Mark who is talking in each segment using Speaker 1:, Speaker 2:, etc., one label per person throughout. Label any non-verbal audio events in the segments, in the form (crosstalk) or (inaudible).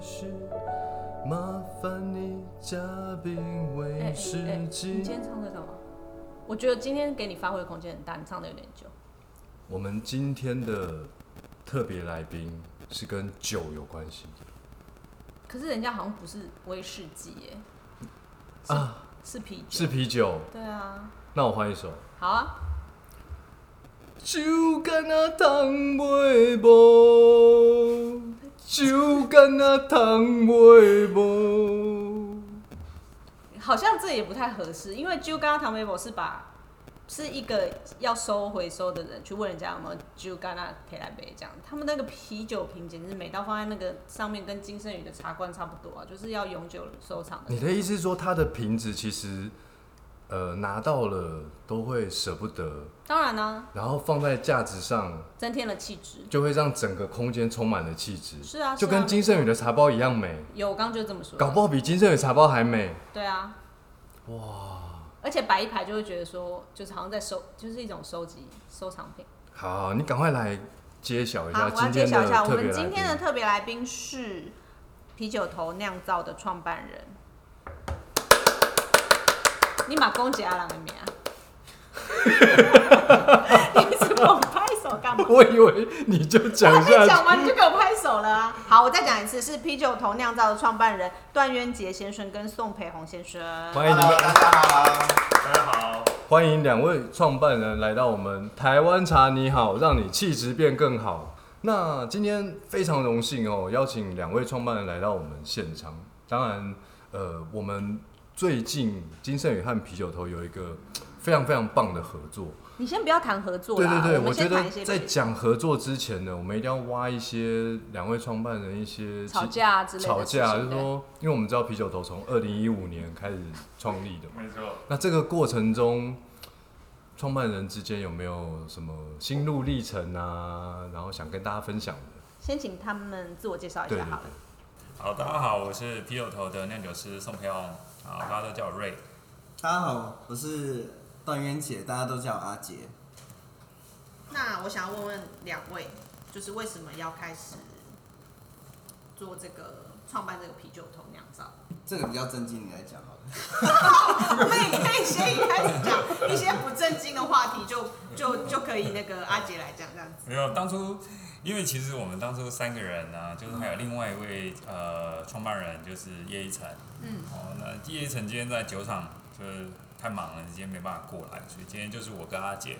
Speaker 1: 续，麻烦你加冰威士
Speaker 2: 哎你
Speaker 1: 忌。
Speaker 2: 今天唱在干嘛？我觉得今天给你发挥的空间很大，你唱的有点久。
Speaker 1: 我们今天的特别来宾是跟酒有关系
Speaker 2: 可是人家好像不是威士忌耶，是、
Speaker 1: 啊，
Speaker 2: 是啤酒。
Speaker 1: 是啤酒。
Speaker 2: 对啊，
Speaker 1: 那我换一首。
Speaker 2: 好啊，
Speaker 1: 酒干那烫袂无，酒干那烫袂无。
Speaker 2: 好像这也不太合适，因为 j u g a n a m e b o 是把是一个要收回收的人去问人家有没有 j u g a n a k 来杯这样，他们那个啤酒瓶简直每道放在那个上面跟金圣宇的茶罐差不多啊，就是要永久收藏的
Speaker 1: 你。的意思是说，它的瓶子其实，呃，拿到了都会舍不得，
Speaker 2: 当然呢、
Speaker 1: 然后放在架子上，
Speaker 2: 增添了气质。
Speaker 1: 就会让整个空间充满了气质，
Speaker 2: 是啊，
Speaker 1: 就是
Speaker 2: 啊
Speaker 1: 跟金圣宇的茶包一样美，
Speaker 2: 有，我刚刚就这么说。
Speaker 1: 搞不好比金圣宇茶包还美。
Speaker 2: 对啊，哇！而且摆一排就会觉得说，就是好像在收，就是一种收集收藏品。
Speaker 1: 好，你赶快来揭晓一下，
Speaker 2: 好我要
Speaker 1: 今
Speaker 2: 揭
Speaker 1: 天
Speaker 2: 晓
Speaker 1: 的
Speaker 2: 一下，我
Speaker 1: 特别
Speaker 2: 们
Speaker 1: 来
Speaker 2: 今
Speaker 1: 宾。
Speaker 2: 天的特别来宾是啤酒头酿造的创办人。你把公姐阿郎的名啊？ (laughs) 你一直给我拍手干嘛？
Speaker 1: (laughs) 我以为你就讲
Speaker 2: 我还
Speaker 1: 下
Speaker 2: 没
Speaker 1: 去，
Speaker 2: 讲完你就给我拍手了啊！好，我再讲一次，是啤酒头酿造的创办人段渊杰先生跟宋培宏先生。
Speaker 1: 欢迎你
Speaker 3: Hello，
Speaker 1: 们，
Speaker 3: 大家好。
Speaker 4: 大家好，
Speaker 1: 欢迎两位创办人来到我们台湾茶，你好，让你气质变更好。那今天非常荣幸哦，邀请两位创办人来到我们现场。当然，呃，我们最近金盛宇和啤酒头有一个非常非常棒的合作。
Speaker 2: 你先不要谈合作
Speaker 1: 对
Speaker 2: 啦，
Speaker 1: 对对，
Speaker 2: 们
Speaker 1: 我觉
Speaker 2: 先
Speaker 1: 得
Speaker 2: 谈一些
Speaker 1: 在
Speaker 2: 别的
Speaker 1: 讲合作之前呢，我们一定要挖一些两位创办人一些
Speaker 2: 吵
Speaker 1: 其
Speaker 2: 架啊之类的
Speaker 1: 吵
Speaker 2: 事情。
Speaker 1: 架，就是
Speaker 2: 对
Speaker 1: 说，因为我们知道啤酒头从二零一五年开始创立的嘛。
Speaker 4: 没错。
Speaker 1: 那这个过程中，创办人之间有没有什么心路历程啊？然后想跟大家分享的？
Speaker 2: 先请他们自我介绍一
Speaker 1: 对对
Speaker 2: 下哎好了。
Speaker 1: 对，
Speaker 4: 好，大家好，我是啤酒头的酿酒师宋培宏，好，大家都叫我瑞。
Speaker 3: 大家好，我是段渊姐，大家都叫我阿杰。
Speaker 2: 那我想要问问两位，就是为什么要开始做这个创办这个啤酒头酿造？ (laughs)
Speaker 3: 这个比较正经，你来讲好了。
Speaker 2: 我们也可以先一开始讲一些不正经的话题就，就就可以那个阿杰来讲这样子。
Speaker 4: 没有，当初因为其实我们当初三个人呢、就是还有另外一位呃创办人，就是叶一晨。
Speaker 2: 嗯，
Speaker 4: 哦，那叶一晨今天在酒厂就是太忙了，今天没办法过来，所以今天就是我跟阿姐，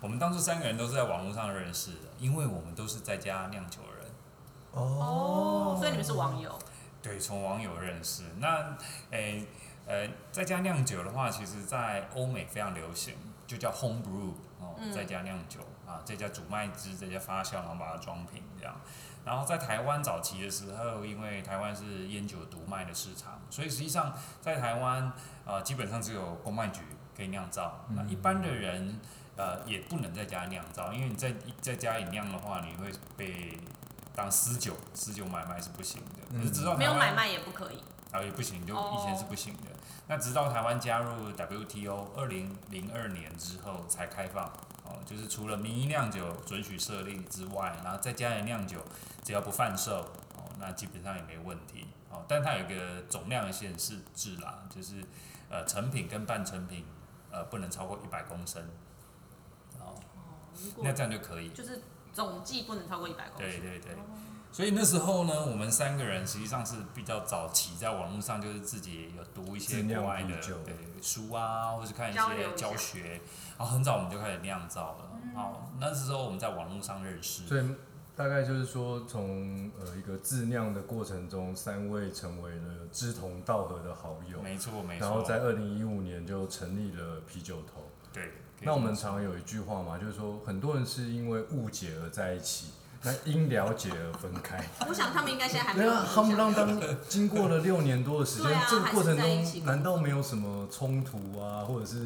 Speaker 4: 我们当初三个人都是在网络上认识的，因为我们都是在家酿酒人。
Speaker 2: 哦，所以你们是网友，
Speaker 4: 对，从网友认识。那诶呃，在家酿酒的话，其实在欧美非常流行，就叫 home brew 哦，
Speaker 2: 嗯
Speaker 4: 在家酿酒啊，在家煮麦汁，在家发酵，然后把它装瓶这样。然后在台湾早期的时候，因为台湾是烟酒独卖的市场，所以实际上在台湾呃，基本上只有公卖局可以酿造。那一般的人呃也不能在家酿造，因为你在在家里酿的话，你会被当私酒，私酒买卖是不行的。可是直到
Speaker 2: 没有
Speaker 4: 台湾
Speaker 2: 买卖也不可以。
Speaker 4: 啊，也不行，就
Speaker 2: 哦
Speaker 4: 以前是不行的。那直到台湾加入 WTO 二零零二年之后才开放哦，就是除了民营酿酒准许设立之外，然后在家人酿酒只要不贩售哦，那基本上也没问题哦。但它有一个总量的限制制啦，就是呃成品跟半成品呃不能超过一百公升哦，
Speaker 2: 如果
Speaker 4: 那这样就可以。
Speaker 2: 就是总计不能超过一百公
Speaker 4: 对
Speaker 2: 斤。
Speaker 4: 对对。所以那时候呢，我们三个人实际上是比较早期，在网络上就是自己有读一些
Speaker 1: 自酿
Speaker 4: 国外的
Speaker 1: 啤酒
Speaker 4: 对书啊，或是看一
Speaker 2: 交流
Speaker 4: 些
Speaker 2: 一下
Speaker 4: 教学，然后很早我们就开始酿造了。
Speaker 1: 嗯
Speaker 4: 好，那时候我们在网络上认识，
Speaker 1: 所以大概就是说，从呃一个自酿的过程中，三位成为了志同道合的好友，
Speaker 4: 没错没
Speaker 1: 然后
Speaker 4: 错，
Speaker 1: 在二零一五年就成立了啤酒头。
Speaker 4: 对。可以
Speaker 1: 那我们
Speaker 4: 这么
Speaker 1: 常有一句话嘛，就是说很多人是因为误解而在一起，那因了解而分
Speaker 2: (laughs)
Speaker 1: 开。
Speaker 2: 我想他们应该现在还没
Speaker 1: 对
Speaker 2: 有
Speaker 1: 啊，夯
Speaker 2: 互
Speaker 1: 不
Speaker 2: 相。
Speaker 1: 啷当经过了六年多的时间
Speaker 2: 对啊，
Speaker 1: 这个过程
Speaker 2: 还是在一起
Speaker 1: 中难道没有什么冲突啊，或者是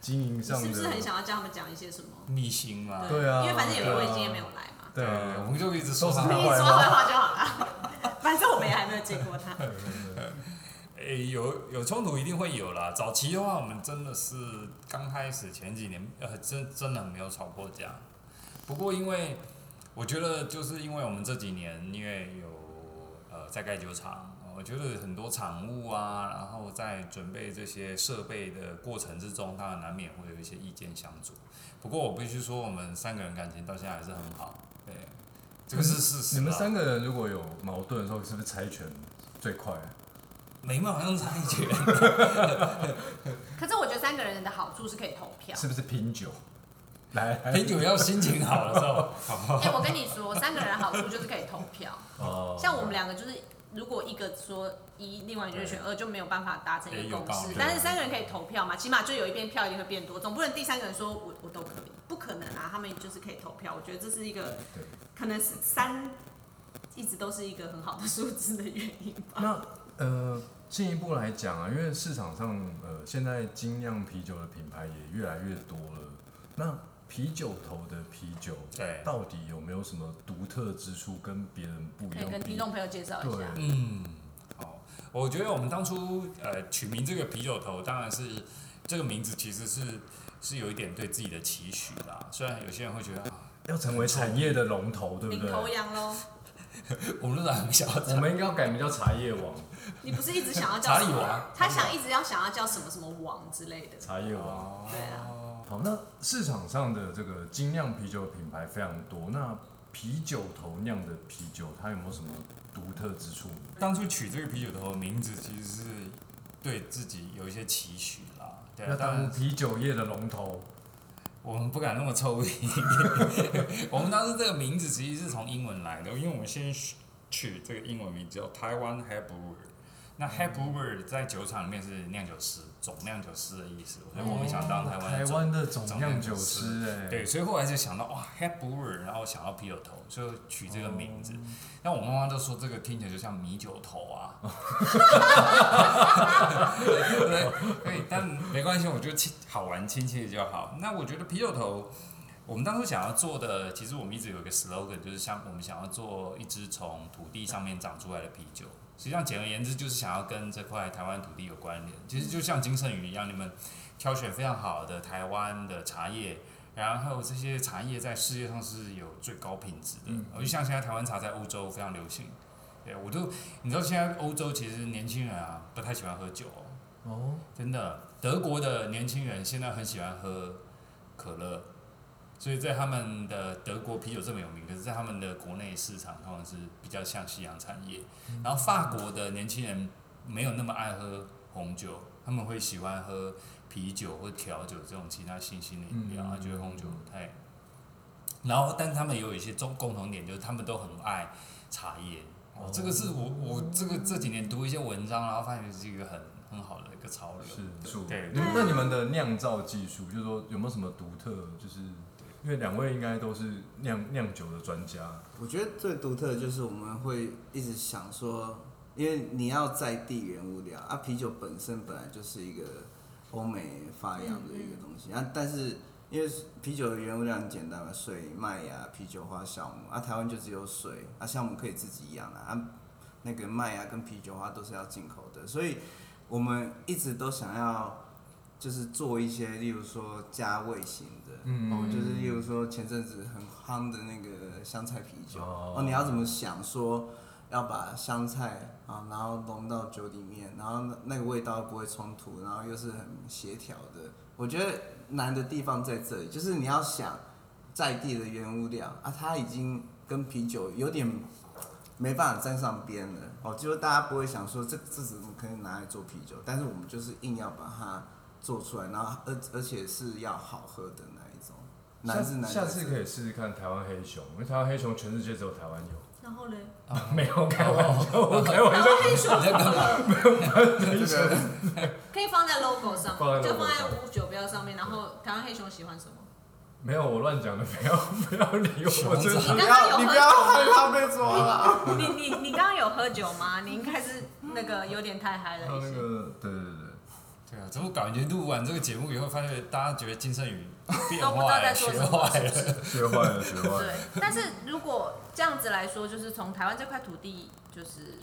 Speaker 1: 经营
Speaker 2: 你
Speaker 1: 上
Speaker 2: 是
Speaker 1: 的？
Speaker 2: 不是很想要叫他们讲一些什么？
Speaker 4: 说逆心嘛，
Speaker 1: 对啊
Speaker 2: 因为反正有一位
Speaker 1: 对啊
Speaker 2: 今天没有来嘛。
Speaker 1: 对啊，
Speaker 4: 我们就一直说上
Speaker 1: 都
Speaker 2: 你
Speaker 1: 是
Speaker 4: 他
Speaker 1: 他
Speaker 2: 说坏话就好了， (laughs) 反正我们也还没有见
Speaker 1: (laughs)
Speaker 2: 过他。
Speaker 4: 诶，有有冲突一定会有啦。早期的话，我们真的是刚开始前几年，呃，真真的没有吵过架。不过因为我觉得，就是因为我们这几年因为有呃在盖酒厂，呃我觉得很多产物啊，然后在准备这些设备的过程之中，当然难免会有一些意见相左。不过我必须说，我们三个人感情到现在还是很好，对，这个是事实啦。
Speaker 1: 你们三个人如果有矛盾的时候，是不是猜拳最快？
Speaker 4: 眉毛好像差一截， (laughs)
Speaker 2: 可是我觉得三个人的好处是可以投票。
Speaker 1: 是不是拼酒？来，来
Speaker 4: 很久要心情好了之后，好不好？
Speaker 2: 哎、我跟你说，三个人好处就是可以投票。
Speaker 1: 啊 (laughs) 哦
Speaker 2: 像我们两个就是，如果一个说一，另外一个就选二，就没有办法达成一
Speaker 4: 也
Speaker 2: 个
Speaker 4: 有
Speaker 2: 共
Speaker 4: 道
Speaker 2: 识
Speaker 4: 理。
Speaker 2: 但是三个人可以投票嘛，起码就有一边票一定会变多，总不能第三个人说我我都可以，不可能啊！他们就是可以投票，我觉得这是一个
Speaker 1: 对
Speaker 2: 可能是三一直都是一个很好的数字的原因吧。
Speaker 1: 那呃，进一步来讲啊，因为市场上呃，现在精酿啤酒的品牌也越来越多了。那啤酒头的啤酒
Speaker 4: 对，
Speaker 1: 到底有没有什么独特之处，跟别人不一
Speaker 2: 可以
Speaker 1: 样？
Speaker 2: 跟听众朋友介绍一
Speaker 1: 对
Speaker 2: 下，，
Speaker 4: 嗯，好，我觉得我们当初呃取名这个啤酒头，当然是这个名字其实是是有一点对自己的期许啦。虽然有些人会觉得，啊、
Speaker 1: 要成为产业的龙头，对不
Speaker 2: 领
Speaker 1: 对？
Speaker 2: 头羊喽！
Speaker 4: 我们都很小
Speaker 1: 我们应该要改名叫茶叶王，
Speaker 2: 你不是一直想要叫
Speaker 4: 查
Speaker 2: 什
Speaker 4: 理
Speaker 2: 么？
Speaker 4: 王，
Speaker 2: 他想一直要想要叫什么什么王之类的。
Speaker 1: 茶叶王。
Speaker 2: 对啊，
Speaker 1: 好，那市场上的这个精酿啤酒的品牌非常多，那啤酒头酿的啤酒，它有没有什么独特之处？
Speaker 4: 当初取这个啤酒头的名字，其实是对自己有一些期许啦。对啊
Speaker 1: 要，
Speaker 4: 当
Speaker 1: 当
Speaker 4: 然
Speaker 1: 啤酒业的龙头，
Speaker 4: 我们不敢那么臭屁。 (laughs) 我们当时这个名字其实是从英文来的，因为我们先取这个英文名叫台湾 Head Brewer。那
Speaker 1: 嗯
Speaker 4: Head Brewer 在酒厂里面是酿酒师，总酿酒师的意思，所以我们想当台湾
Speaker 1: 哦台
Speaker 4: 的总
Speaker 1: 湾的总酿酒师、哎，
Speaker 4: 对，所以后来就想到哇，Head Brewer，然后想到啤酒头，就取这个名字。那、我妈妈就说这个听起来就像米酒头啊，对不对？可以，但没关系，我觉得亲好玩亲切就好。那我觉得啤酒头，我们当初想要做的，其实我们一直有一个 slogan，就是像我们想要做一支从土地上面长出来的啤酒。实际上，简而言之，就是想要跟这块台湾土地有关联。其实就像金圣宇一样，你们挑选非常好的台湾的茶叶，然后这些茶叶在世界上是有最高品质的，而就像现在台湾茶在欧洲非常流行。对，我都你知道现在欧洲其实年轻人啊不太喜欢喝酒、哦，
Speaker 1: 哦，
Speaker 4: 真的，德国的年轻人现在很喜欢喝可乐，所以在他们的德国啤酒这么有名，可是在他们的国内市场，他们是比较像西洋产业。然后法国的年轻人没有那么爱喝红酒，他们会喜欢喝啤酒或调酒这种其他新兴的饮料，
Speaker 1: 嗯
Speaker 4: 他觉得红酒太。然后，但他们也有一些中共同点，就是他们都很爱茶叶。哦，这个是我我这个这几年读一些文章，然后发现是一个很很好的一个潮流。
Speaker 1: 是是
Speaker 4: 对
Speaker 1: 你们那你们的酿造技术，就是说有没有什么独特？就是因为两位应该都是酿酿酒的专家，
Speaker 3: 我觉得最独特的就是我们会一直想说，因为你要在地原物料啊，啤酒本身本来就是一个欧美发扬的一个东西啊，但是因为啤酒的原物料很简单嘛，水、麦芽、啤酒花、酵母啊，台湾就只有水啊，酵母可以自己养啊，啊那个麦芽跟啤酒花都是要进口的，所以我们一直都想要就是做一些，例如说加味型的，
Speaker 1: 嗯
Speaker 3: 哦，就是例如说前阵子很夯的那个香菜啤酒，
Speaker 1: 哦
Speaker 3: 哦你要怎么想说要把香菜啊，然后融到酒里面，然后那那个味道不会冲突，然后又是很协调的。我觉得难的地方在这里，就是你要想在地的原物料啊，它已经跟啤酒有点没办法沾上边了。哦，就是大家不会想说这这怎么可以拿来做啤酒，但是我们就是硬要把它做出来，然后而而且是要好喝的那一种。难是难在
Speaker 1: 下
Speaker 3: 这，
Speaker 1: 次可以试试看台湾黑熊，因为台湾黑熊全世界只有台湾有，
Speaker 2: 然后嘞，
Speaker 1: (laughs) 没有开玩笑，我开玩
Speaker 2: 然
Speaker 1: 笑
Speaker 2: 后，黑熊怎么了？
Speaker 3: 这个
Speaker 2: (laughs) 可以放在 logo 上，
Speaker 1: 放在
Speaker 2: 就
Speaker 1: logo
Speaker 2: 放在
Speaker 1: 上
Speaker 2: 五九标上面。然后台湾黑熊喜欢什么？
Speaker 1: 没有我乱讲的，不要不要理我，
Speaker 4: 熊
Speaker 1: 真
Speaker 4: 掌
Speaker 1: 的。
Speaker 2: 你刚
Speaker 3: 不要
Speaker 2: 刚
Speaker 3: 你
Speaker 2: 有
Speaker 3: 不
Speaker 2: 喝
Speaker 3: 要
Speaker 2: 酒
Speaker 3: 害
Speaker 2: 吗？
Speaker 3: 怕被抓了。
Speaker 2: 你你你刚刚有喝酒吗？你应该是那个有点太嗨
Speaker 1: 还有
Speaker 2: 了
Speaker 1: 那
Speaker 2: 一些。
Speaker 1: 个，对对对对。
Speaker 4: 对啊，怎么感觉录完这个节目以后，发现大家觉得金圣宇
Speaker 2: (laughs)
Speaker 4: 变
Speaker 2: 都不知道
Speaker 4: 坏
Speaker 2: 在
Speaker 4: 了，
Speaker 2: 做什
Speaker 4: 学
Speaker 2: 么
Speaker 4: 坏了。
Speaker 1: 学坏了，学坏
Speaker 2: 对
Speaker 1: 了。，
Speaker 2: 但是如果这样子来说，就是从台湾这块土地就是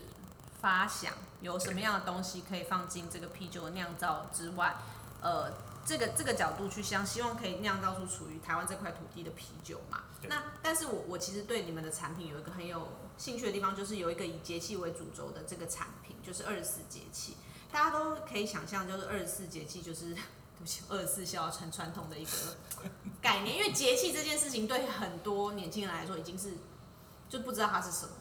Speaker 2: 发想有什么样的东西可以放进这个啤酒的酿造之外，呃，这个这个角度去想，希望可以酿造出属于台湾这块土地的啤酒嘛。
Speaker 4: 对
Speaker 2: 那但是我我其实对你们的产品有一个很有兴趣的地方就是有一个以节气为主轴的这个产品，就是二十四节气。大家都可以想象，就是二十四节气就是 (laughs) 对不起，二十四孝很传统 (laughs) 的一个概念，因为节气这件事情对很多年轻人来说已经是就不知道它是什么，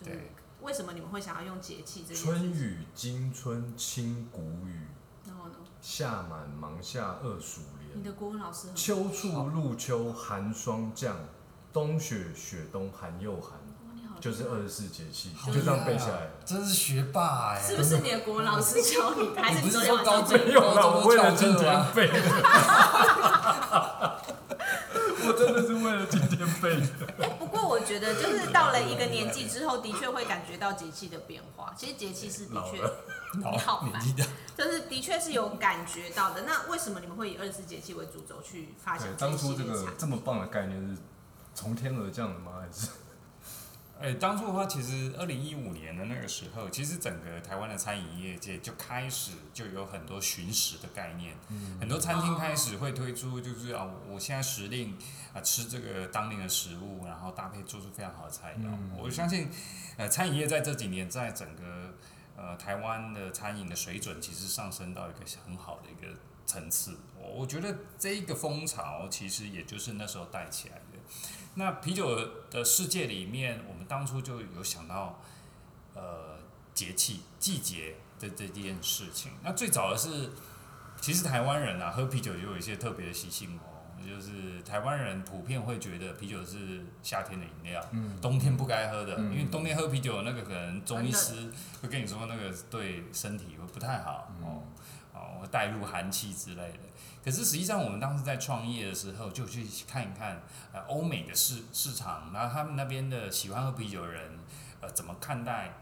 Speaker 2: 就是
Speaker 4: 对
Speaker 2: 为什么你们会想要用节气这件事
Speaker 1: 春
Speaker 2: 情？
Speaker 1: 雨惊春清谷雨，
Speaker 2: 然后呢，
Speaker 1: 夏满芒夏二暑
Speaker 2: 你
Speaker 1: 连。
Speaker 2: 的国文老师很
Speaker 1: 秋处露秋寒霜降，冬雪雪冬寒又寒，
Speaker 2: 哇，你好厉害，
Speaker 1: 就是二十四节气，(laughs)
Speaker 4: 好
Speaker 1: 就这样
Speaker 4: 厉害
Speaker 1: 背
Speaker 4: 啊
Speaker 1: 下来。
Speaker 4: 真是学霸哎、
Speaker 2: 是不是你的国文老师教你的？还
Speaker 4: 你
Speaker 2: 是
Speaker 4: 不
Speaker 2: 你昨
Speaker 4: 是
Speaker 2: 天晚
Speaker 4: 说高
Speaker 2: 上
Speaker 4: 中
Speaker 2: (laughs)
Speaker 1: 没有啦，
Speaker 4: 高
Speaker 1: 我
Speaker 4: 中
Speaker 1: 为
Speaker 4: 就
Speaker 1: 了
Speaker 4: 翘
Speaker 1: 今
Speaker 4: 课
Speaker 1: 天
Speaker 4: 啊？
Speaker 1: 背的， (laughs) 我真的是为了今天背的。
Speaker 2: 哎不过我觉得，就是到了一个年纪之后，的确会感觉到节气的变化。其实节气是的确，你好
Speaker 4: 年
Speaker 2: 烦，
Speaker 4: 纪大，
Speaker 2: (laughs) 就是的确是有感觉到的。那为什么你们会以二十四节气为主轴去发
Speaker 1: 对 (laughs)
Speaker 2: 想，
Speaker 1: 当初
Speaker 2: 这
Speaker 1: 这
Speaker 2: 一系列
Speaker 1: 个
Speaker 2: 产
Speaker 1: 这么棒的概念是从天而降的吗？还是
Speaker 4: 哎、当初的话，其实二零一五年的那个时候，其实整个台湾的餐饮业界就开始就有很多巡食的概念，
Speaker 1: 嗯
Speaker 4: 很多餐厅开始会推出，就是啊，我我现在时令啊、吃这个当令的食物，然后搭配做出非常好的菜肴。我相信，呃，餐饮业在这几年在整个呃台湾的餐饮的水准其实上升到一个很好的一个层次。我我觉得这一个风潮其实也就是那时候带起来的。那啤酒的世界里面，我们当初就有想到，呃，节气、季节的这件事情。那最早的是，其实台湾人啊，喝啤酒就有一些特别的习性哦。就是台湾人普遍会觉得啤酒是夏天的饮料，冬天不该喝的，因为冬天喝啤酒那个可能中医师会跟你说那个对身体会不太好、哦，哦，会带入寒气之类的。可是实际上，我们当时在创业的时候，就去看一看呃欧美的市市场，然后他们那边的喜欢喝啤酒的人，呃，怎么看待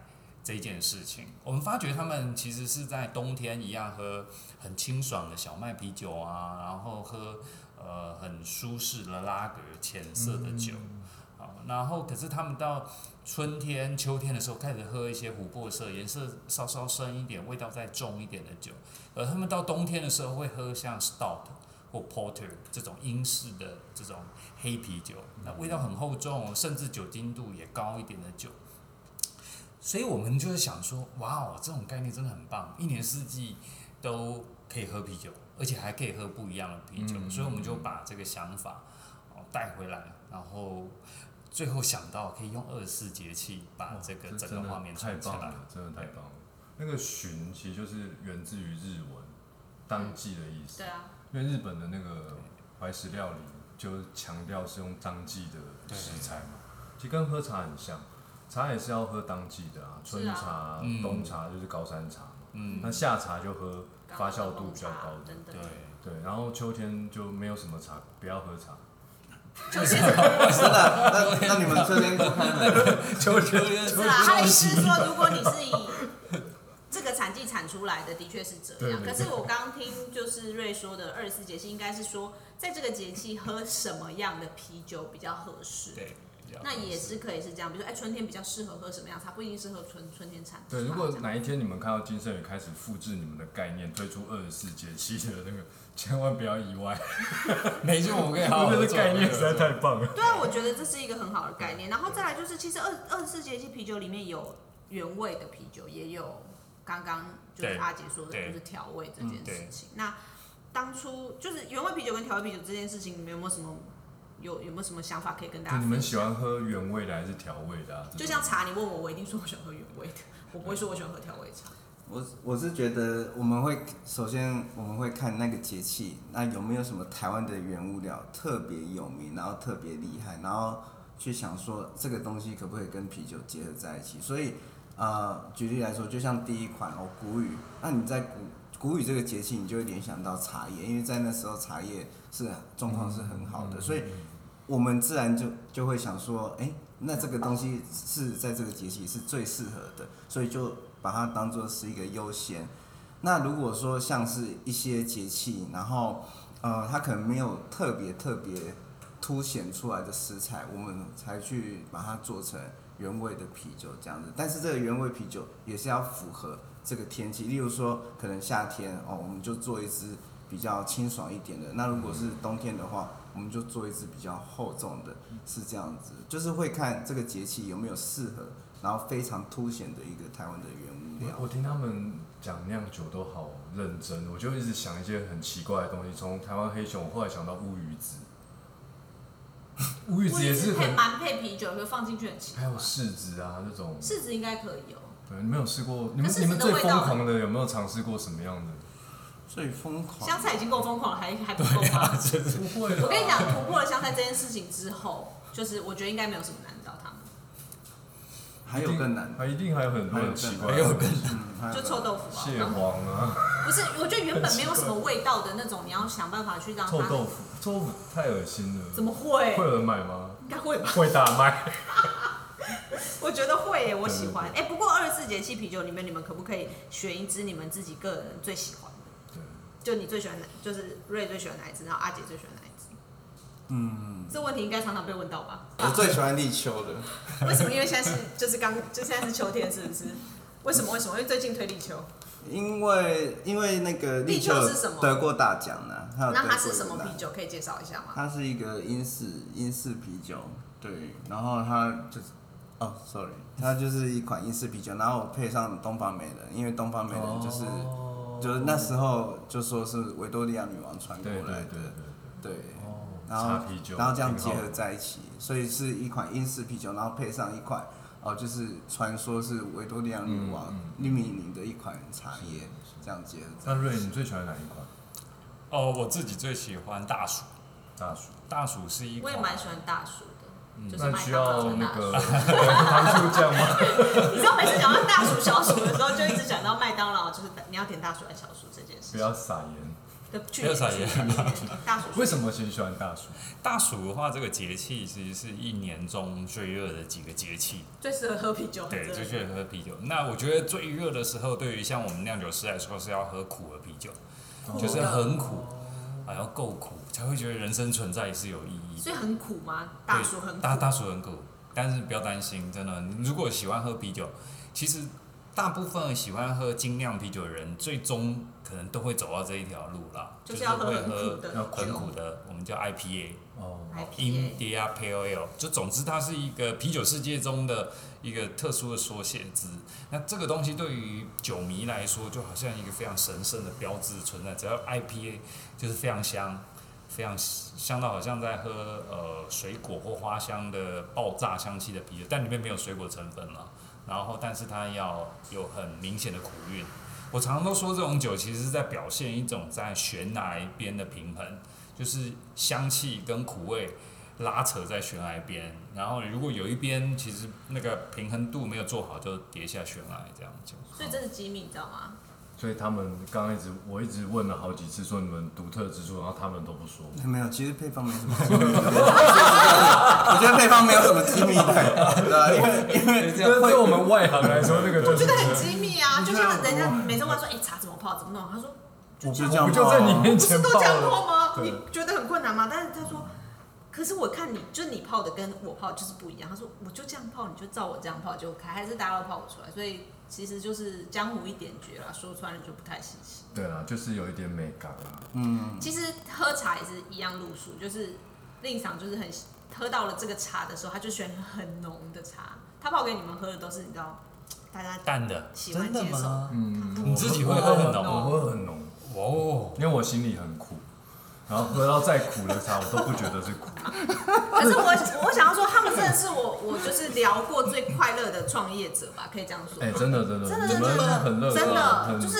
Speaker 4: 这件事情？我们发觉他们其实是在冬天一样喝很清爽的小麦啤酒啊，然后喝呃很舒适的拉格浅色的酒。好，然后可是他们到春天、秋天的时候开始喝一些琥珀色、颜色稍稍深一点、味道再重一点的酒，而他们到冬天的时候会喝像 stout 或 porter 这种英式的这种黑啤酒，那味道很厚重，甚至酒精度也高一点的酒。所以我们就是想说，哇哦，这种概念真的很棒，一年四季都可以喝啤酒，而且还可以喝不一样的啤
Speaker 1: 嗯
Speaker 4: 酒，所以我们就把这个想法哦带回来，然后最后想到可以用二十四节气把这个整个画面
Speaker 1: 太
Speaker 4: 串起
Speaker 1: 棒
Speaker 4: 来
Speaker 1: 了。，哦真的太棒了。那个“旬”其实就是源自于日文“当季”的意思
Speaker 2: 对，啊，
Speaker 1: 因为日本的那个怀石料理就是强调是用当季的食材嘛，其实跟喝茶很像，茶也是要喝当季的啊，春
Speaker 2: 是啊
Speaker 1: 茶、
Speaker 4: 嗯
Speaker 1: 冬茶就是高山茶嘛，
Speaker 4: 嗯，
Speaker 1: 那夏茶就喝发酵度比较高的，
Speaker 2: 等等 (laughs)
Speaker 4: 对，，
Speaker 1: 对，然后秋天就没有什么茶，不要喝茶，
Speaker 3: (laughs) 真的？那那你们这边不开门？ (laughs)
Speaker 4: 秋天
Speaker 2: 是啦。他的意思是说，如果你是以这个产季产出来的，的确是这样。
Speaker 1: 对对
Speaker 2: 可是我刚听就是瑞说的二十四节气，应该是说在这个节气喝什么样的啤酒比较合适？
Speaker 4: 对，比较
Speaker 2: 那也是可以是这样，比如说，哎，春天比较适合喝什么样的茶？不一定适合春春天产的茶。
Speaker 1: 对，如果
Speaker 2: 这样
Speaker 1: 哪一天你们看到金圣宇开始复制你们的概念，推出二十四节气的那个，千万不要意外，
Speaker 4: 没错，我们
Speaker 1: (laughs)
Speaker 4: 可以好好
Speaker 1: 因
Speaker 4: 合
Speaker 1: 为
Speaker 4: 作
Speaker 1: 这个概念实在太棒了。
Speaker 2: 对啊，我觉得这是一个很好的概念。然后再来就是，其实二二十四节气啤酒里面有原味的啤酒，也有刚刚就是
Speaker 4: 对
Speaker 2: 阿姐说的，
Speaker 4: 对嗯
Speaker 2: 就是调味这件事情。那当初就是原味啤酒跟调味啤酒这件事情，你们有没有什么有有没有什么想法可以跟大家
Speaker 1: 就
Speaker 2: 分
Speaker 1: 你
Speaker 2: 享？
Speaker 1: 们喜欢喝原味的还是调味的啊？
Speaker 2: 就像茶，你问我，我一定说我喜欢喝原味的，我不会说我喜欢喝调
Speaker 1: (laughs)
Speaker 2: 味茶。
Speaker 3: 我我是觉得我们会首先我们会看那个节气，那有没有什么台湾的原物料特别有名，然后特别厉害，然后去想说这个东西可不可以跟啤酒结合在一起。所以呃，举例来说，就像第一款哦，谷雨，那你在谷谷雨这个节气，你就会联想到茶叶，因为在那时候茶叶是状况是很好的，
Speaker 2: 嗯
Speaker 3: 所以我们自然就就会想说，哎、那这个东西是在这个节气是最适合的，所以就把它当做是一个优先。那如果说像是一些节气，然后呃，它可能没有特别特别凸显出来的食材，我们才去把它做成原味的啤酒这样子。但是这个原味啤酒也是要符合这个天气，例如说可能夏天哦，我们就做一支比较清爽一点的。那如果是冬天的话，我们就做一支比较厚重的，是这样子，就是会看这个节气有没有适合，然后非常凸显的一个台湾的原物料
Speaker 1: 我。我听他们讲酿酒都好认真，我就一直想一些很奇怪的东西。从台湾黑熊，我后来想到乌鱼子，乌鱼子也是
Speaker 2: 配
Speaker 1: 很，
Speaker 2: 蛮配啤酒，就放进去很奇
Speaker 1: 还
Speaker 2: 怪
Speaker 1: 有。柿子啊这种。
Speaker 2: 柿子应该可以哦、
Speaker 1: 对，你们有试过？你们
Speaker 2: 可是
Speaker 1: 你们
Speaker 2: 柿子
Speaker 1: 最
Speaker 2: 的味道
Speaker 1: 疯狂的有没有尝试过什么样的？
Speaker 3: 最疯狂
Speaker 2: 香菜已经够疯狂了，还还不够
Speaker 1: 啊
Speaker 2: 吗？
Speaker 1: 不会
Speaker 2: 我跟你讲，突破了香菜这件事情之后，就是我觉得应该没有什么难到他们，
Speaker 3: 还有更难的，
Speaker 1: 还一定还有很多
Speaker 3: 还有
Speaker 1: 很
Speaker 3: 更
Speaker 1: 奇
Speaker 3: 难
Speaker 1: 怪的，
Speaker 3: 还有
Speaker 1: 更
Speaker 3: 嗯，还有
Speaker 2: 就臭豆腐啊。
Speaker 1: 蟹
Speaker 2: 然后
Speaker 1: 黄啊，
Speaker 2: 不是，我觉得原本没有什么味道的那种，你要想办法去让
Speaker 1: 臭
Speaker 2: 它
Speaker 1: 豆腐，臭豆腐太恶心了，
Speaker 2: 怎么会
Speaker 1: 会？有人买吗？
Speaker 2: 应该会吧？
Speaker 1: 会大卖，
Speaker 2: (laughs) 我觉得会耶，我喜欢。哎、不过二十四节气啤酒里面，你们可不可以选一支你们自己个人最喜欢的？
Speaker 1: 对，
Speaker 2: 就你最喜欢哪？就是瑞最喜欢哪一支，然后阿姐最喜欢哪一支？啊
Speaker 3: 嗯，
Speaker 2: 这问题应该常常被问到 (laughs) 吧？
Speaker 3: 我最喜欢立秋的，
Speaker 2: 为什么？因为现在是就是刚就现在是秋天，是不是？为什么？为什么？因为最近推立秋，
Speaker 3: 因为因为那个
Speaker 2: 立
Speaker 3: 秋
Speaker 2: 秋是什么
Speaker 3: 得过大奖呢、还有
Speaker 2: 那
Speaker 3: 得
Speaker 2: 它
Speaker 3: 过
Speaker 2: 是什么
Speaker 3: 一个
Speaker 2: 啤酒？可以介绍一下吗？
Speaker 3: 它是一个英式英式啤酒，对，然后它就是哦，sorry，它就是一款英式啤酒，然后我配上东方美人，因为东方美人就是、就是
Speaker 1: 哦
Speaker 3: 那时候就说是维多利亚女王传过
Speaker 1: 对对
Speaker 3: 来
Speaker 1: 对
Speaker 3: 的，
Speaker 1: 对
Speaker 3: 对
Speaker 1: 对，哦，
Speaker 3: 然后
Speaker 1: 茶啤酒，
Speaker 3: 然后这样结
Speaker 1: 挺好
Speaker 3: 合在一起，所以是一款英式啤酒，然后配上一款哦，就是传说是维多利亚女王
Speaker 1: 嗯嗯
Speaker 3: 绿米林的一款茶叶，这样结合在
Speaker 1: 那
Speaker 3: 一起。
Speaker 1: 瑞，你最喜欢哪一款？
Speaker 4: 哦，我自己最喜欢大薯，
Speaker 1: 大薯。
Speaker 4: 大薯是一
Speaker 2: 我
Speaker 4: 款
Speaker 2: 也蛮喜欢大叔的，就是
Speaker 1: 那
Speaker 2: 麦
Speaker 1: 需
Speaker 2: 当劳
Speaker 1: 要
Speaker 2: 的
Speaker 1: 那
Speaker 2: 大
Speaker 1: 个 (laughs) 糖醋酱吗？
Speaker 2: (laughs) 叔。你知道每次讲到大叔小鼠的时候，就一直讲到麦当劳，就是你要点大叔还是小鼠这件事
Speaker 1: 不
Speaker 2: 情。
Speaker 1: 要撒盐。
Speaker 2: 对，去
Speaker 4: 不要
Speaker 2: 年
Speaker 4: 撒
Speaker 2: 去
Speaker 4: 盐啊
Speaker 2: 年去年大叔
Speaker 1: 为什么其实喜欢大薯？
Speaker 4: 大暑的话，这个节气其实是一年中最热的几个节气，
Speaker 2: 最适合喝啤酒？哦
Speaker 4: 对，
Speaker 2: 真的
Speaker 4: 最适合喝啤酒。那我觉得最热的时候，对于像我们酿酒师来说，是要喝苦的啤酒，就是
Speaker 2: 啊
Speaker 4: 很苦，还要够苦，才会觉得人生存在是有意义的。
Speaker 2: 所以很苦吗？大叔很
Speaker 4: 对
Speaker 2: 苦，
Speaker 4: 大大叔很苦，但是不要担心，真的，你如果喜欢喝啤酒，其实大部分喜欢喝精酿啤酒的人，最终可能都会走到这一条路啦，
Speaker 2: 就
Speaker 4: 就是是
Speaker 2: 要喝
Speaker 4: 会
Speaker 2: 很苦
Speaker 4: 喝
Speaker 2: 的
Speaker 1: 要
Speaker 4: 很
Speaker 2: 酒
Speaker 4: 苦的，我们叫 IPA。
Speaker 1: 哦，
Speaker 2: IPA。
Speaker 4: India Pale Ale，就总之它是一个啤酒世界中的一个特殊的缩写字。那这个东西对于酒迷来说，就好像一个非常神圣的标志存在。只要 IPA 就是非常香，非常香到好像在喝呃水果或花香的爆炸香气的啤酒，但里面没有水果成分了。然后，但是它要有很明显的苦韵。我常常都说，这种酒其实是在表现一种在悬崖边的平衡，就是香气跟苦味拉扯在悬崖边，然后如果有一边其实那个平衡度没有做好，就跌下悬崖这样就。
Speaker 2: 所以这是机密，你知道吗？
Speaker 1: 所以他们刚刚一直我一直问了好几次，说你们独特之处，然后他们都不说。
Speaker 3: 哎没有，其实配方没什么机密的，我觉得配方没有什么机密的，对吧？因为因为这
Speaker 1: 但
Speaker 3: 样
Speaker 1: 是对我
Speaker 3: 会
Speaker 1: 们外行来说，那个就
Speaker 2: 我觉
Speaker 1: 是
Speaker 2: 得很机密啊，
Speaker 3: 你
Speaker 2: 就
Speaker 3: 知道
Speaker 2: 像人家每次问说，哎，茶怎么泡，怎么弄？他说
Speaker 3: 我
Speaker 1: 我
Speaker 3: 这样哦
Speaker 1: 不就在你面
Speaker 2: (laughs) 不是
Speaker 1: 前
Speaker 2: 都
Speaker 1: 爆
Speaker 2: 这样泡
Speaker 1: 了？
Speaker 2: 吗？
Speaker 1: 对
Speaker 2: 你觉得很困难吗？但是他说，可是我看你，就是你泡的跟我泡就是不一样。他说，我就这样泡，你就照我这样泡就开，还是大家都泡不出来。所以其实就是江湖一点绝啦，说穿了就不太稀奇。
Speaker 1: 对啦，就是有一点美感啊啦。
Speaker 3: 嗯，
Speaker 2: 其实喝茶也是一样路数，就是令赏就是很喝到了这个茶的时候，他就选很浓的茶。他泡给你们喝的都是你知道，大家
Speaker 4: 淡的，
Speaker 2: 喜欢接受。？
Speaker 3: (laughs)
Speaker 1: 嗯，
Speaker 4: 你自己会喝很浓啊
Speaker 1: 我会很浓，
Speaker 4: 哦，
Speaker 1: 因为我心里很苦，然后喝到再苦的茶，我都不觉得是苦。
Speaker 2: 可是我我想要说，他们真的是我我就是聊过最快乐的创业者吧，可以这样说。
Speaker 1: 哎，真的真的，
Speaker 2: 真的
Speaker 1: 你
Speaker 2: 真
Speaker 1: 们
Speaker 2: 的
Speaker 1: 很乐观，
Speaker 2: 真的
Speaker 1: 很
Speaker 2: 就是。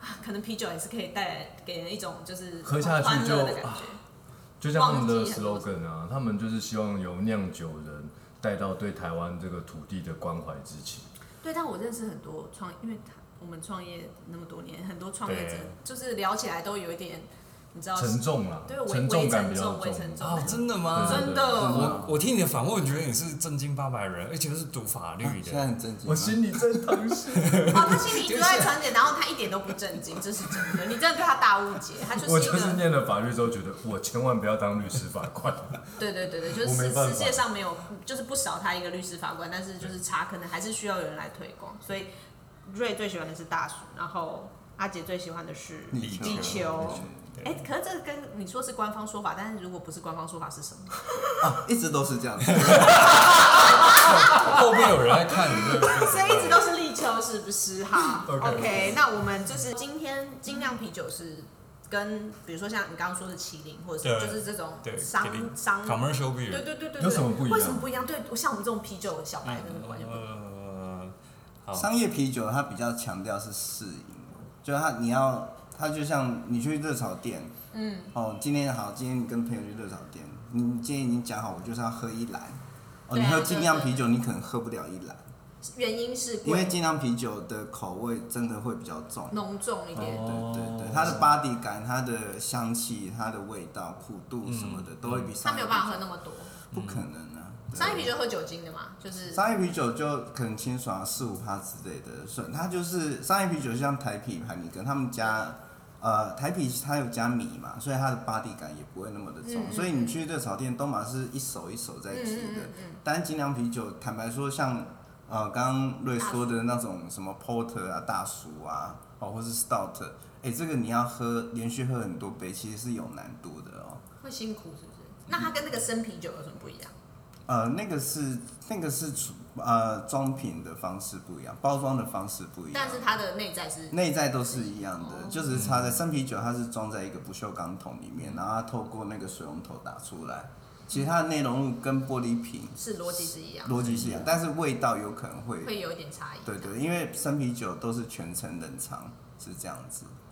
Speaker 2: 啊可能啤酒也是可以带来给人一种就是
Speaker 1: 喝下去
Speaker 2: 欢乐的
Speaker 1: 就
Speaker 2: 感
Speaker 1: 啊
Speaker 2: 觉，
Speaker 1: 就像他们的
Speaker 2: 忘记很多
Speaker 1: slogan 啊，他们就是希望由酿酒人带到对台湾这个土地的关怀之情。
Speaker 2: 对。但我认识很多创，因为他我们创业那么多年，很多创业者
Speaker 4: 对
Speaker 2: 就是聊起来都有一点，你知道，
Speaker 1: 沉重啦
Speaker 2: 对，微
Speaker 1: 沉重感比较
Speaker 2: 微沉重
Speaker 1: 重。
Speaker 2: 微沉重
Speaker 4: 的
Speaker 1: 对
Speaker 2: 真的，哦
Speaker 4: 我我听你的访问，觉得你是正经八百人，而且是读法
Speaker 2: 啊
Speaker 4: 律
Speaker 3: 现在
Speaker 4: 的。
Speaker 3: 很震惊吗。啊
Speaker 1: 我心里在淌血，
Speaker 2: 哦，他心里一直在传点，然后他一点都不正经，这是真的，你真的对他大误解，他就
Speaker 1: 我
Speaker 2: 是
Speaker 1: (laughs)
Speaker 2: 一
Speaker 1: 就
Speaker 2: 个
Speaker 1: 是念了法律之后，觉得我千万不要当律师法官。
Speaker 2: 对对对对，就是
Speaker 1: 我没
Speaker 2: 世
Speaker 1: 办法
Speaker 2: 世界上没有，就是不少他一个律师法官，但是就是茶可能还是需要有人来推广，所以瑞最喜欢的是大叔，然后阿杰最喜欢的是
Speaker 3: 立秋
Speaker 2: 秋，哎、可是这个跟你说是官方说法，但是如果不是官方说法是
Speaker 1: (laughs)
Speaker 2: 什么？
Speaker 3: 啊，一直都是这样子。
Speaker 4: 后面有人在看你这个，
Speaker 2: 所以一直都是立秋，是不是？哈
Speaker 1: (laughs) OK
Speaker 2: ，OK，那我们就是今天精酿啤酒是跟，比如说像你刚刚说的麒麟，或者是
Speaker 4: 对
Speaker 2: 就是这种
Speaker 4: 对
Speaker 2: 商
Speaker 4: 麒麟
Speaker 2: 商，
Speaker 4: commercial
Speaker 2: 对
Speaker 4: beer，
Speaker 2: 对对对对，
Speaker 1: 有什么不一样嗯
Speaker 2: 为什么不一样？对，像我们这种啤酒小白真的完全不一样。
Speaker 4: 呃，好，
Speaker 3: 商业啤酒它比较强调是试饮，就是它你要它就像你去热炒店，嗯，哦，今天好，今天你跟朋友去热炒店，你今天已经讲好，我就是要喝一篮，哦，
Speaker 2: 对
Speaker 3: 你
Speaker 2: 啊
Speaker 3: 喝精酿
Speaker 2: 对对
Speaker 3: 啤酒，你可能喝不了一篮，
Speaker 2: 原因是
Speaker 3: 因为
Speaker 2: 贵
Speaker 3: 精酿啤酒的口味真的会比较重。
Speaker 2: 啊浓重一点，
Speaker 4: 哦
Speaker 3: 对对对，它的 body 感、它的香气、它的味道、苦度什么的，都会比
Speaker 2: 他
Speaker 3: 商
Speaker 2: 没有
Speaker 3: 业啤
Speaker 2: 办法喝
Speaker 3: 酒
Speaker 2: 那么多。
Speaker 3: 不可能啊。对
Speaker 2: 商业啤酒喝酒精的嘛，就是
Speaker 3: 商业啤酒就可能清爽四五趴之类的，所以它就是商业啤酒，像台啤、海尼根，他们加呃台啤它有加米嘛，所以它的 body 感也不会那么的重，
Speaker 2: 嗯嗯
Speaker 3: 所以你去热炒店都嘛是一手一手
Speaker 2: 嗯
Speaker 3: 在提的。但精酿啤酒，坦白说像，呃刚刚瑞说的那种什么 porter 啊、大叔啊，哦或是 stout，哎、这个你要喝连续喝很多杯，其实是有难度的哦。
Speaker 2: 会辛苦，是不是？那它跟那个生啤酒有什么不一样？
Speaker 3: 呃，那个是那个是储呃装瓶的方式不一样，包装的方式不一样
Speaker 2: 但，是哦它的内在是
Speaker 3: 内在都是一样的，就只是差在生啤酒它是装在一个不锈钢桶里面，然后它透过那个水龙头打出来，其实它的内容物跟玻璃瓶
Speaker 2: 是逻辑是一样，
Speaker 3: 逻辑是一样，但是味道有可能会，
Speaker 2: 会有一点差异。
Speaker 3: 对对，因为生啤酒都是全程冷藏，是这样子。
Speaker 1: (laughs)
Speaker 2: 哦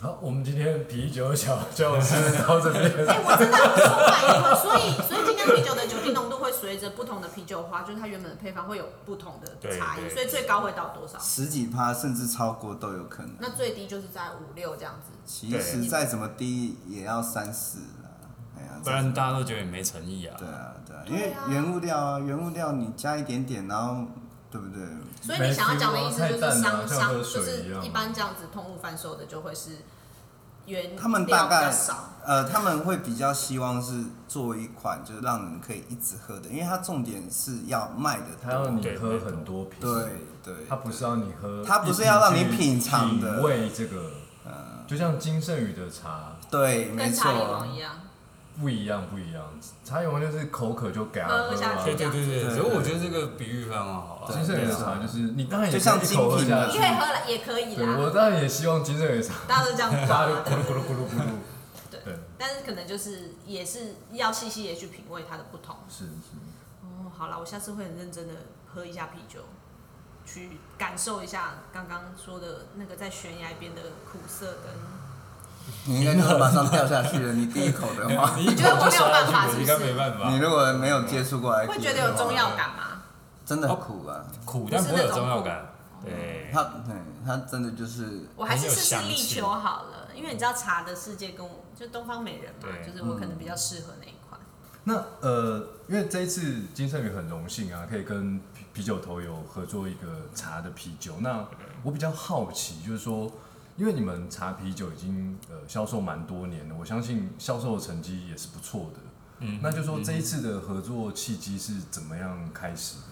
Speaker 1: 好，我们今天啤酒小教室到这边。
Speaker 2: 哎、我真的充满疑问，所以所以精酿啤酒的酒精浓度会随着不同的啤酒花，就是它原本的配方会有不同的
Speaker 4: 对
Speaker 2: 差异，
Speaker 4: 对
Speaker 2: 所以最高会到多少？
Speaker 3: 十几趴甚至超过都有可能，
Speaker 2: 那最低就是在五六这样子。
Speaker 3: 其实再怎么低也要三四啦，哎呀，
Speaker 4: 不然大家都觉得你没诚意啊。
Speaker 3: 对啊，对啊，因
Speaker 2: 对
Speaker 3: 为
Speaker 2: 啊
Speaker 3: 原物料啊，原物料你加一点点，然后对不对？
Speaker 2: 所以你想要讲的意思就
Speaker 1: 没 feel 啊太
Speaker 2: 是
Speaker 1: 淡了
Speaker 2: 商
Speaker 1: 像
Speaker 2: 商
Speaker 1: 喝
Speaker 2: 就
Speaker 1: 水
Speaker 2: 是
Speaker 1: 一样
Speaker 2: 一般这样子通路贩售的就会是原
Speaker 3: 他们
Speaker 2: 料
Speaker 3: 大
Speaker 2: 比较
Speaker 3: 概
Speaker 2: 少，
Speaker 3: 呃，他们会比较希望是做一款就是让人可以一直喝的，因为它重点是要卖的
Speaker 1: 他要
Speaker 3: 多。
Speaker 1: 你喝很多啤酒，
Speaker 3: 对对，
Speaker 1: 他不是要你喝，
Speaker 3: 他不是要让你品尝的呃
Speaker 1: 品味这个，就像金圣宇的茶
Speaker 3: 对，没
Speaker 2: 跟
Speaker 1: 啊
Speaker 2: 茶饮
Speaker 3: 错
Speaker 2: 王，一样。
Speaker 1: 不一样，不一样，茶饮王就是口渴就给他
Speaker 2: 喝下
Speaker 1: 啊
Speaker 2: 去
Speaker 4: 对对对对，
Speaker 3: 对
Speaker 4: 所以我觉得这个比喻非常好啊。
Speaker 1: 哦金圣宇的茶就是你当然也
Speaker 3: 就像
Speaker 1: 可以一口喝
Speaker 3: 精品
Speaker 1: 下
Speaker 2: 你
Speaker 3: 的
Speaker 1: 去
Speaker 2: 可，以喝了，也可以
Speaker 1: 对
Speaker 2: 啦
Speaker 1: 我，当然也希望金圣宇的茶，
Speaker 2: 大家都这样子
Speaker 1: (laughs) 大家就
Speaker 2: 嘛。
Speaker 1: 咕噜咕噜咕
Speaker 2: 对
Speaker 1: 噜咕噜，
Speaker 2: 对
Speaker 1: 对，
Speaker 2: 但是可能就是也是要细细的去品味它的不同。
Speaker 1: 是是，
Speaker 2: 哦，好了，我下次会很认真的喝一下啤酒，去感受一下刚刚说的那个在悬崖边的苦涩跟。
Speaker 3: 你应该就是马上掉下去了。你第一口的
Speaker 1: (laughs)
Speaker 3: 话，
Speaker 4: 你一口
Speaker 2: 觉得我没有
Speaker 4: 就摔下
Speaker 2: 办法
Speaker 4: 去
Speaker 2: 是不
Speaker 4: 我应该
Speaker 2: 是
Speaker 4: 没办
Speaker 3: 你
Speaker 4: 法。
Speaker 3: 如果没有接触过 IPA，
Speaker 2: 会觉得有中药感吗？
Speaker 3: 真的很苦啊。
Speaker 1: 哦
Speaker 4: 苦，但不会有中药感。
Speaker 2: 哦
Speaker 4: 对，
Speaker 3: 它对它真的就是
Speaker 2: 我还是试试
Speaker 4: 很有
Speaker 2: 立
Speaker 4: 香气
Speaker 2: 秋好了，因为你知道茶的世界跟我就东方美人嘛，
Speaker 4: 对
Speaker 2: 就是我可能比较适合那一款。
Speaker 1: 那呃，因为这一次金圣宇很荣幸啊，可以跟啤啤酒头有合作一个茶的啤酒。那我比较好奇，就是说，因为你们茶啤酒已经呃销售蛮多年了，我相信销售的成绩也是不错的。嗯，那就说这一次的合作契机是怎么样开始的？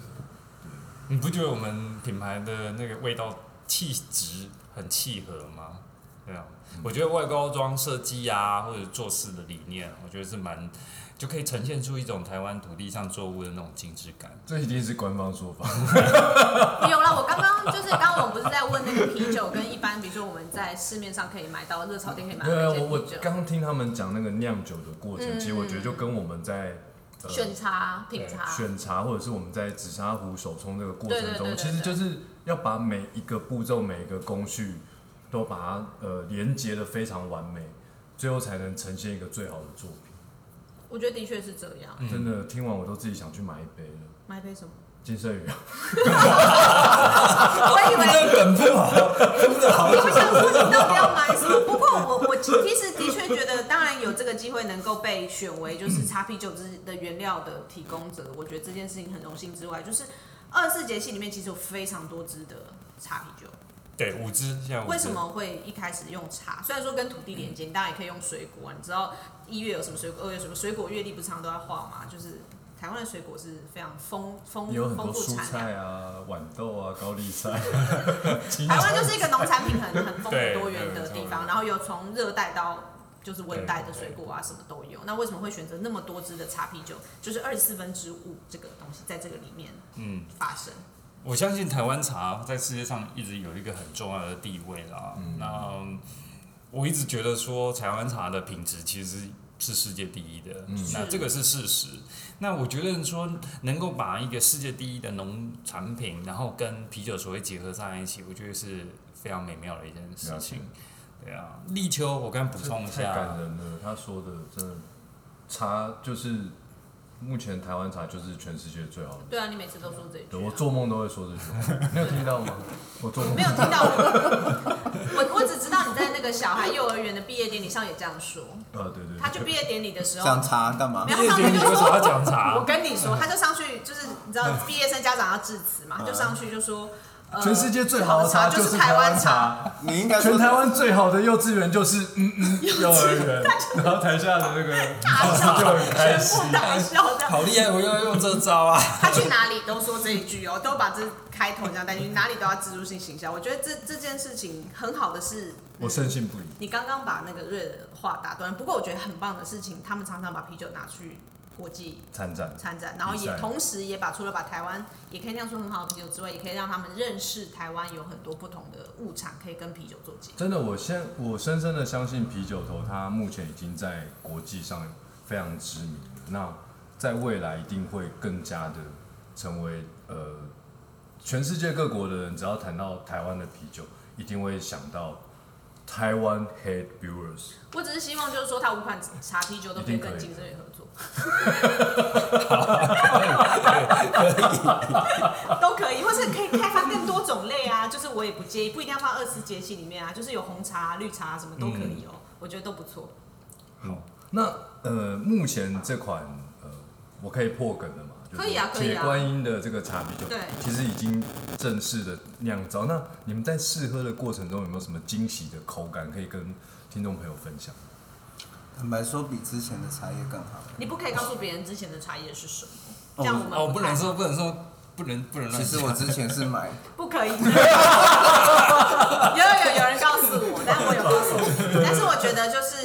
Speaker 4: 你不觉得我们品牌的那个味道气质很契合吗？对啊，
Speaker 3: 嗯
Speaker 4: 我觉得外包装设计啊，或者做事的理念，我觉得是蛮就可以呈现出一种台湾土地上作物的那种精致感。
Speaker 1: 这一定是官方说法，
Speaker 2: 有啦，我刚刚就是刚刚我不是在问那个啤酒跟一般，比如说我们在市面上可以买到热炒店可以买到
Speaker 1: 对啊，
Speaker 2: 那些
Speaker 1: 我我
Speaker 2: 啤酒，
Speaker 1: 刚听他们讲那个酿酒的过程，
Speaker 2: 嗯
Speaker 1: 其实我觉得就跟我们在、呃、
Speaker 2: 选茶、品
Speaker 4: 对
Speaker 2: 茶，
Speaker 1: 选茶或者是我们在紫砂壶手冲这个过
Speaker 2: 对
Speaker 1: 程
Speaker 2: 对对对
Speaker 1: 中，
Speaker 2: 对
Speaker 1: 其实就是要把每一个步骤、每一个工序都把它呃连接的非常完美，最后才能呈现一个最好的作品。
Speaker 2: 我觉得的确是这样。
Speaker 1: 真的听完我都自己想去买一杯了。
Speaker 2: 买杯什么？
Speaker 1: 金
Speaker 2: (laughs)
Speaker 1: 圣宇啊，
Speaker 2: 我以为
Speaker 4: 本部啊，
Speaker 2: 我想说你到底要买什么？不过我我其实的确觉得，当然有这个机会能够被选为就是茶啤酒之的原料的提供者，我觉得这件事情很荣幸之外，就是
Speaker 1: 嗯
Speaker 2: 二十四节气里面其实有非常多支的茶啤酒，
Speaker 4: 对，五支现在五支
Speaker 2: 为什么会一开始用茶？虽然说跟土地连接，当然也可以用水果啊。你知道一月有什么水果，二月有什么水果，月历不是常常都在画吗？就是台湾的水果是非常丰丰
Speaker 1: 也有很
Speaker 2: 丰
Speaker 1: 多
Speaker 2: 富
Speaker 1: 蔬
Speaker 2: 产量
Speaker 1: 菜。啊、豌豆啊、高丽菜。
Speaker 2: 台湾就是一个农产品很很丰富
Speaker 4: 对
Speaker 2: 多元的地方，然后有从热带到就是温带的水果啊，什么都有。那为什么会选择那么多支的茶啤酒？就是二十四分之五这个东西在这个里面
Speaker 4: 嗯，
Speaker 2: 发生。
Speaker 4: 我相信台湾茶在世界上一直有一个很重要的地位啦。
Speaker 1: 嗯
Speaker 4: 那我一直觉得说，台湾茶的品质其实是世界第一的，
Speaker 1: 嗯
Speaker 4: 那
Speaker 2: 是
Speaker 4: 这个是事实。那我觉得说，能够把一个世界第一的农产品，然后跟啤酒所谓结合在一起，我觉得是非常美妙的一件事
Speaker 1: 了解
Speaker 4: 情。对啊，立秋，我刚补充一
Speaker 1: 太感
Speaker 4: 下， (laughs)
Speaker 1: 人了，他说的真的，茶就是目前台湾茶就是全世界最好的。
Speaker 2: 对啊，你每次都说这
Speaker 1: 对
Speaker 2: 句、
Speaker 1: 我
Speaker 2: 啊。
Speaker 1: 做梦都会说这句话，你有听到吗？我做梦
Speaker 2: 没有听到我，我我只知道你在那个小孩幼儿园的毕业典礼上也这样说。
Speaker 1: 呃，对对
Speaker 2: 他
Speaker 1: 对，
Speaker 2: 去毕业典礼的时候，
Speaker 3: 想查干嘛
Speaker 2: 没？有
Speaker 4: 毕业
Speaker 2: 他上
Speaker 4: 典
Speaker 2: 去
Speaker 4: 礼
Speaker 2: 就
Speaker 4: 为什么要
Speaker 2: 说，
Speaker 4: 讲
Speaker 2: 我
Speaker 4: 茶？ (laughs)
Speaker 2: 跟你说，他就上去就是你知道
Speaker 1: 嗯
Speaker 2: 毕业生家长要致辞嘛，就上去就说，呃
Speaker 1: 全世界最好
Speaker 2: 好
Speaker 1: 的
Speaker 2: 茶
Speaker 1: 就
Speaker 2: 就是
Speaker 1: 台
Speaker 2: 湾
Speaker 1: 湾，茶，
Speaker 3: 你应该说
Speaker 1: 全台湾最好的幼稚园就是嗯嗯幼儿园，然后台下的那个
Speaker 2: 大
Speaker 1: (laughs)
Speaker 2: 笑，
Speaker 1: 就很开
Speaker 2: 全
Speaker 1: 心
Speaker 2: 部大笑这样。
Speaker 4: 好厉害，我又要用这招啊！
Speaker 2: 他去哪里都说这一句哦，都把这开头这样带进去，哪里都要植入性行销。我觉得这这件事情很好的是，
Speaker 1: 我深信不疑。
Speaker 2: 你刚刚把那个瑞的话打断，不过我觉得很棒的事情，他们常常把啤酒拿去国际
Speaker 1: 参战，
Speaker 2: 参展，然后
Speaker 1: 比
Speaker 2: 也
Speaker 1: 赛
Speaker 2: 同时也把除了把台湾也可以酿出很好的啤酒之外，也可以让他们认识台湾有很多不同的物产可以跟啤酒做结合。
Speaker 1: 真的，我先我深深的相信啤酒头，它目前已经在国际上非常知名了。那在未来一定会更加的成为呃，全世界各国的人只要谈到台湾的啤酒，一定会想到台湾 Head Brewers。
Speaker 2: 我只是希望就是说，它五款茶啤酒都可以跟金瑞合作，都可以，或是可以开发更多种类啊。就是我也不介意，不一定要放二十节气里面啊，就是有红茶、绿茶、什么都可以哦、
Speaker 4: 嗯
Speaker 2: 我觉得都不错。
Speaker 1: 好，那呃，目前这款呃，我可以破梗了嘛？就是
Speaker 2: 可以啊可以啊
Speaker 1: 铁观音的这个茶啤酒，
Speaker 2: 对
Speaker 1: 其实已经正式的酿造。那你们在试喝的过程中有没有什么惊喜的口感可以跟听众朋友分享？
Speaker 3: 坦白说，比之前的茶叶更好。
Speaker 2: 你不可以告诉别人之前的茶叶是什么，这
Speaker 3: 哦
Speaker 2: 样我们
Speaker 4: 哦，不
Speaker 2: 太
Speaker 4: 能说，不能说，不能不能乱
Speaker 3: 其实
Speaker 4: 讲。
Speaker 3: 我之前是买，
Speaker 2: 不可以。有有有有人告诉我，但我有告诉我，但是我觉得就是，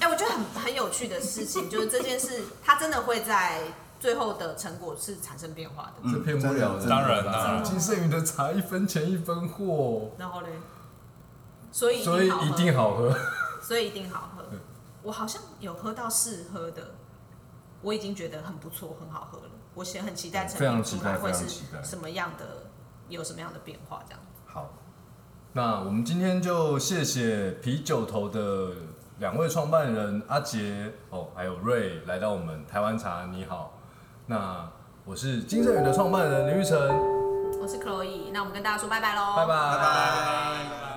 Speaker 2: 哎、我觉得很很有趣的事情，就是这件事，它真的会在最后的成果是产生变化的。
Speaker 1: 这骗不嗯了人的，
Speaker 4: 当然当然
Speaker 1: 金圣宇的茶一分钱一分货，
Speaker 2: 然后嘞，所以
Speaker 1: 所以一定
Speaker 2: 好
Speaker 1: 好喝。
Speaker 2: 喝，所以一定好喝。我好像有喝到试喝的，我已经觉得很不错，很好喝了。我先很期待成
Speaker 1: 非常
Speaker 2: 品
Speaker 1: 期
Speaker 2: 出
Speaker 1: 待
Speaker 2: 来会
Speaker 1: 非常
Speaker 2: 是
Speaker 1: 期待
Speaker 2: 什么样的，有什么样的变化这样。
Speaker 1: 好，那我们今天就谢谢啤酒头的两位创办人阿杰哦，还有瑞来到我们台湾茶。你好，那我是金盛宇的创办人林玉成，
Speaker 2: 我是 Chloe，那我们跟大家说拜拜喽，
Speaker 1: 拜拜。
Speaker 3: 拜拜。